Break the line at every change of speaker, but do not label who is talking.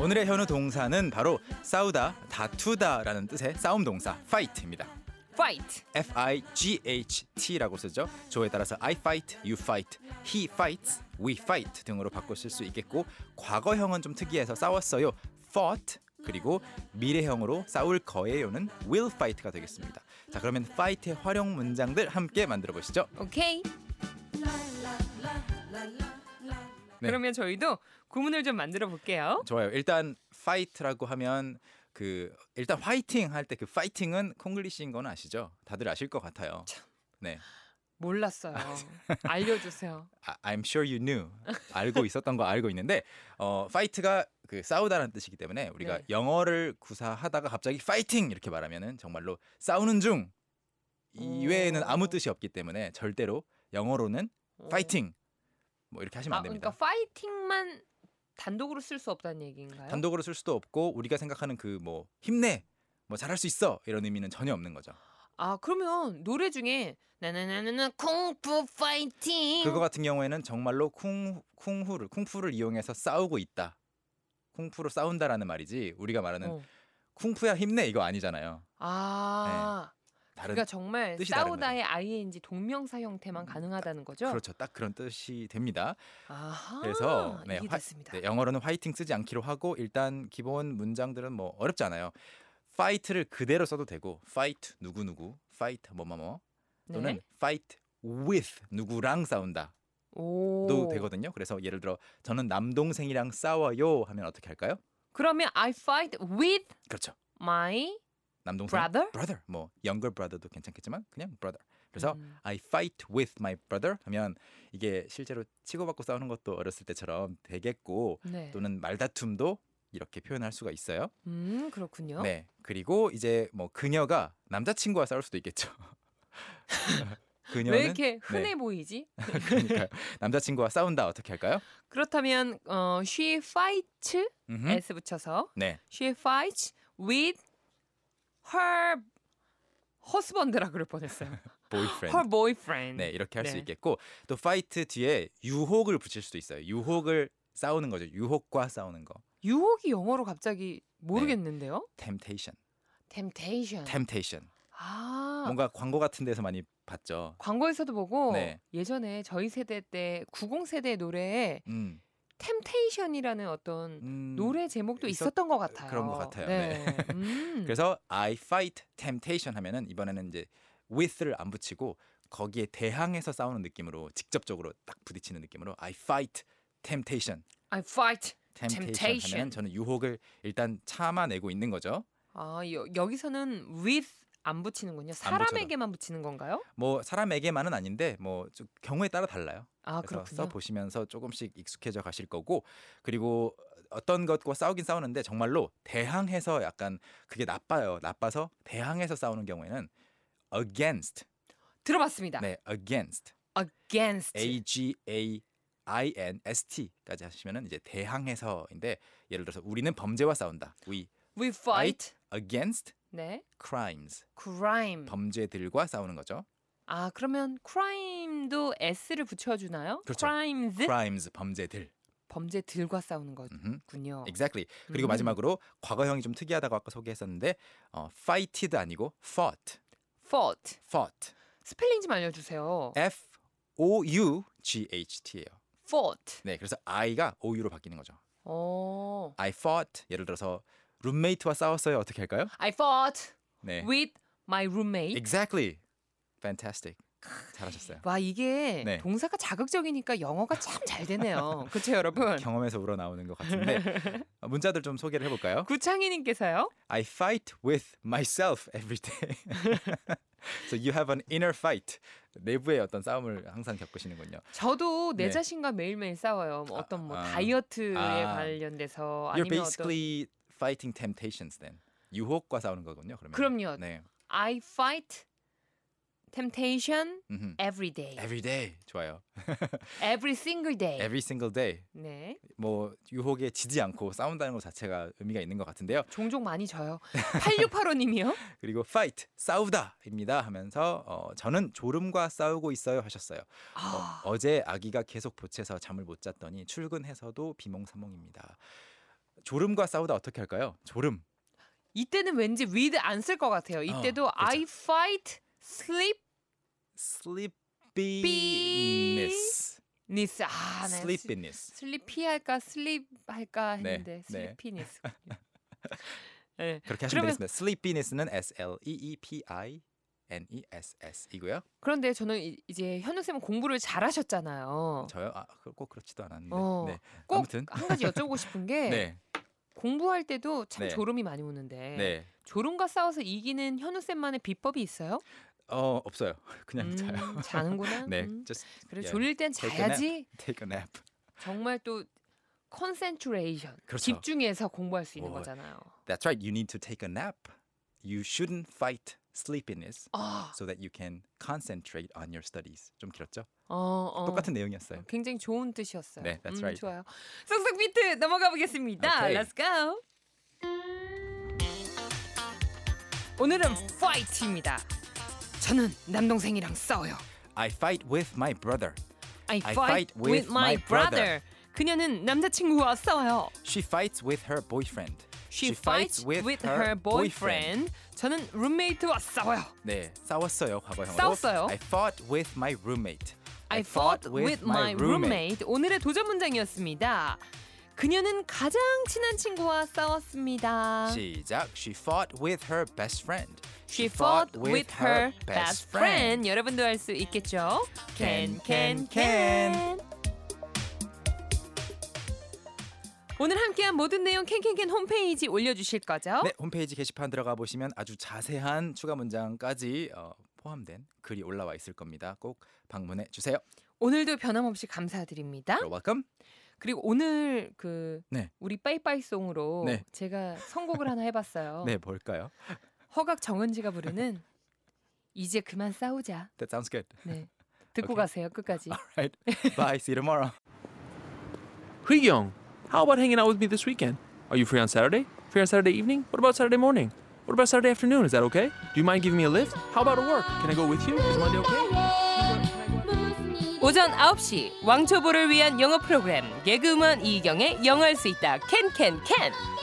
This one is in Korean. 오늘의 현우 동사는 바로 싸우다, 다투다라는 뜻의 싸움 동사 fight입니다.
Fight.
F I G H T라고 쓰죠. 조에 따라서 I fight, you fight, he fights, we fight 등으로 바꿔 쓸 수 있겠고 과거형은 좀 특이해서 싸웠어요. fought 그리고 미래형으로 싸울 거예요는 will fight가 되겠습니다. 자, 그러면 fight의 활용 문장들 함께 만들어 보시죠.
오케이.
네.
그러면 저희도 구문을 좀 만들어 볼게요.
좋아요. 일단 fight라고 하면 그 일단 화이팅 할 때 그 파이팅은 콩글리시인 건 아시죠? 다들 아실 것 같아요. 네.
몰랐어요. 알려주세요.
아, I'm sure you knew. 알고 있었던 거 알고 있는데 어 fight가 그 싸우다라는 뜻이기 때문에 우리가
네.
영어를 구사하다가 갑자기 fighting 이렇게 말하면은 정말로 싸우는 중 이외에는
오.
아무 뜻이 없기 때문에 절대로 영어로는 fighting 뭐 이렇게 하시면
아,
안 됩니다.
그러니까 파이팅만 단독으로 쓸 수 없다는 얘기인가요?
단독으로 쓸 수도 없고 우리가 생각하는 그 뭐 힘내 뭐 잘할 수 있어 이런 의미는 전혀 없는 거죠.
아 그러면 노래 중에 나나나나나 쿵푸 파이팅
그거 같은 경우에는 정말로 쿵 쿵후를 쿵푸를 이용해서 싸우고 있다. 쿵푸로 싸운다라는 말이지 우리가 말하는
어.
쿵푸야 힘내 이거 아니잖아요.
아
네, 다른
그러니까 정말
뜻이 다른 음,
싸우다의 ing 동명사 형태만 가능하다는 거죠?
그렇죠. 딱 그런 뜻이 됩니다.
아하,
그래서 네, 화-
이해됐습니다.
네, 영어로는 화이팅 쓰지 않기로 하고 일단 기본 문장들은 뭐 어렵지 않아요. fight를 그대로 써도 되고 fight 누구 누구, fight 뭐뭐뭐 또는
네.
fight with 누구랑 싸운다도
오.
되거든요. 그래서 예를 들어 저는 남동생이랑 싸워요 하면 어떻게 할까요?
그러면 I fight with
그렇죠.
my
남동생
brother.
brother 뭐 younger brother도 괜찮겠지만 그냥 brother. 그래서
음.
I fight with my brother 하면 이게 실제로 치고받고 싸우는 것도 어렸을 때처럼 되겠고
네.
또는 말다툼도 이렇게 표현할 수가 있어요.
음 그렇군요.
네. 그리고 이제 뭐 그녀가 남자친구와 싸울 수도 있겠죠. 그녀는
왜 이렇게 흔해
네.
보이지?
그러니까 남자친구와 싸운다 어떻게 할까요?
그렇다면 어, she fights
음흠.
s 붙여서
네.
she fights with her husband라 그럴 뻔했어요.
boyfriend.
her boyfriend.
네, 이렇게 할 수
네.
있겠고 또 fight 뒤에 유혹을 붙일 수도 있어요. 유혹을 싸우는 거죠. 유혹과 싸우는 거.
유혹이 영어로 갑자기 모르겠는데요.
네. temptation.
temptation.
temptation.
어. 아
뭔가 광고 같은 데서 많이 봤죠.
광고에서도 보고
네.
예전에 저희 세대 때 90세대 노래에
음.
템테이션이라는 어떤
음.
노래 제목도
있었-
있었던 것 같아요.
그런 것 같아요. 네.
음.
그래서 I fight temptation 하면은 이번에는 이제 with를 안 붙이고 거기에 대항해서 싸우는 느낌으로 직접적으로 딱 부딪히는 느낌으로 I fight temptation.
I fight.
temptation,
Temptation.
하면은 저는 유혹을 일단 참아내고 있는 거죠.
아 여, 여기서는 with 안 붙이는군요. 사람에게만 붙이는 건가요?
뭐 사람에게만은 아닌데 뭐좀 경우에 따라 달라요.
아
그래서
그렇군요.
써 보시면서 조금씩 익숙해져 가실 거고 그리고 어떤 것과 싸우긴 싸우는데 정말로 대항해서 약간 그게 나빠요. 나빠서 대항해서 싸우는 경우에는 against.
들어봤습니다.
네, against.
Against.
A G A I N S T까지 하시면은 이제 대항해서인데 예를 들어서 우리는 범죄와 싸운다. We
We fight.
against
네.
crimes.
Crime.
범죄들과 싸우는 거죠.
아 그러면 crime도 s를 붙여주나요?
그렇죠.
Crimes.
crimes 범죄들.
범죄들과 싸우는
음흠.
거군요.
Exactly. 그리고
음.
마지막으로 과거형이 좀 특이하다고 아까 소개했었는데 어, fighted도 아니고 fought,
Fought.
fought,
스펠링 좀 알려주세요.
F O U G H T예요.
Fought.
네, 그래서 I가 O U로 바뀌는 거죠.
어.
I fought. 예를 들어서 룸메이트와 싸웠어요. 어떻게 할까요?
I fought
네,
with my roommate.
exactly. Fantastic. 잘하셨어요.
와 이게
네.
동사가 자극적이니까 영어가 참 잘 되네요. 그렇죠 여러분.
경험에서 우러나오는 것 같은데 어, 문자들 좀 소개를 해볼까요?
구창희님께서요.
I fight with myself every day. so you have an inner fight. 내부의 어떤 싸움을 항상 겪으시는군요.
저도 내
네.
자신과 매일매일 싸워요. 뭐 어떤 뭐
아, 아.
다이어트에
아.
관련돼서
You're
뭐 아니면 어떤
basically fighting 네. temptations then. 유혹과 싸우는 거군요. 그러면.
그럼요.
네.
I fight temptation
음흠.
every day,
Every day 좋아요.
every single day.
Every single day
네,
뭐 유혹에 지지 않고 싸운다는 것 자체가 의미가 있는 것 같은데요.
종종 많이 져요. 8685님이요.
그리고 fight 싸우다입니다 하면서 어, 저는 졸음과 싸우고 있어요 하셨어요.
아,
어, 제 아기가 계속 보채서 잠을 못 잤더니 출근해서도 비몽사몽입니다. 졸음과 싸우다 어떻게 할까요? 졸음
이때는 왠지 with 안 쓸 것 같아요.
그렇죠.
이때도 I fight sleepness.
sleepiness,
아, 네.
sleepiness.
슬리피 할까 슬립 할까
네,
했는데
네.
슬리피니스. 네.
그렇게 하시면
그러면-
되겠습니다. sleepiness는 S L E E P I N E S S 이고요.
그런데 저는 이- 이제 현우 쌤은 공부를 잘하셨잖아요.
저요? 아, 그- 꼭 그렇지도 않았는데.
어,
네.
꼭
아무튼.
한 가지 여쭤보고 싶은 게
네.
공부할 때도 참
네.
졸음이 많이 오는데
네.
졸음과 싸워서 이기는 현우 쌤만의 비법이 있어요?
어, 없어요. 그냥 자요.
는구나
네.
음.
just
그래
예.
졸릴 땐
Take a nap.
자야지.
take a nap.
정말 또 컨센트레이션
그렇죠.
집중해서 공부할 수 있는
오.
거잖아요.
That's right. You need to take a nap. You shouldn't fight sleepiness
아,
so that you can concentrate on your studies. 좀 길었죠?
어, 어.
똑같은 내용이었어요.
굉장히 좋은 뜻이었어요. 음,
네, that's right.
좋아요. 쏙쏙 비트 넘어가 보겠습니다.
오케이.
Let's go. 오늘은 파이트입니다. 저는 남동생이랑 싸워요.
I fight with my brother.
I,
I
fight, with my brother. 그녀는 남자친구와 싸워요.
She fights with her boyfriend.
She, fights, with her boyfriend. 저는 룸메이트와 싸워요.
네, 싸웠어요. 과거형으로.
싸웠어요.
I fought with my roommate.
I fought with my roommate. 오늘의 도전 문장이었습니다. 그녀는 가장 친한 친구와 싸웠습니다.
시작. She fought with her best friend.
She fought with her best friend. 여러분도 할 수 있겠죠? Can, can, can. 오늘 함께한 모든 내용 캔캔캔 홈페이지 올려주실 거죠?
네, 홈페이지 게시판 들어가 보시면 아주 자세한 추가 문장까지 어, 포함된 글이 올라와 있을 겁니다. 꼭 방문해 주세요.
오늘도 변함없이 감사드립니다.
You're welcome.
그리고 오늘 그
네.
우리 빠이빠이송으로
네.
제가 선곡을 하나 해봤어요.
네, 뭘까요?
허각 정은지가 부르는 이제 그만 싸우자.
That sounds good.
네. 듣고
오케이.
가세요 끝까지.
Right. Bye. See you tomorrow.
Young, how about hanging out with me this weekend? Are you free on Saturday? Free on Saturday evening? What about Saturday morning? What about Saturday afternoon? Is that okay? Do you mind giving me a lift? How about at work? Can I go with you? Is Monday okay?
오전 9시 왕초보를 위한 영어 프로그램 개그우먼 이경의 영어할 수 있다 캔캔캔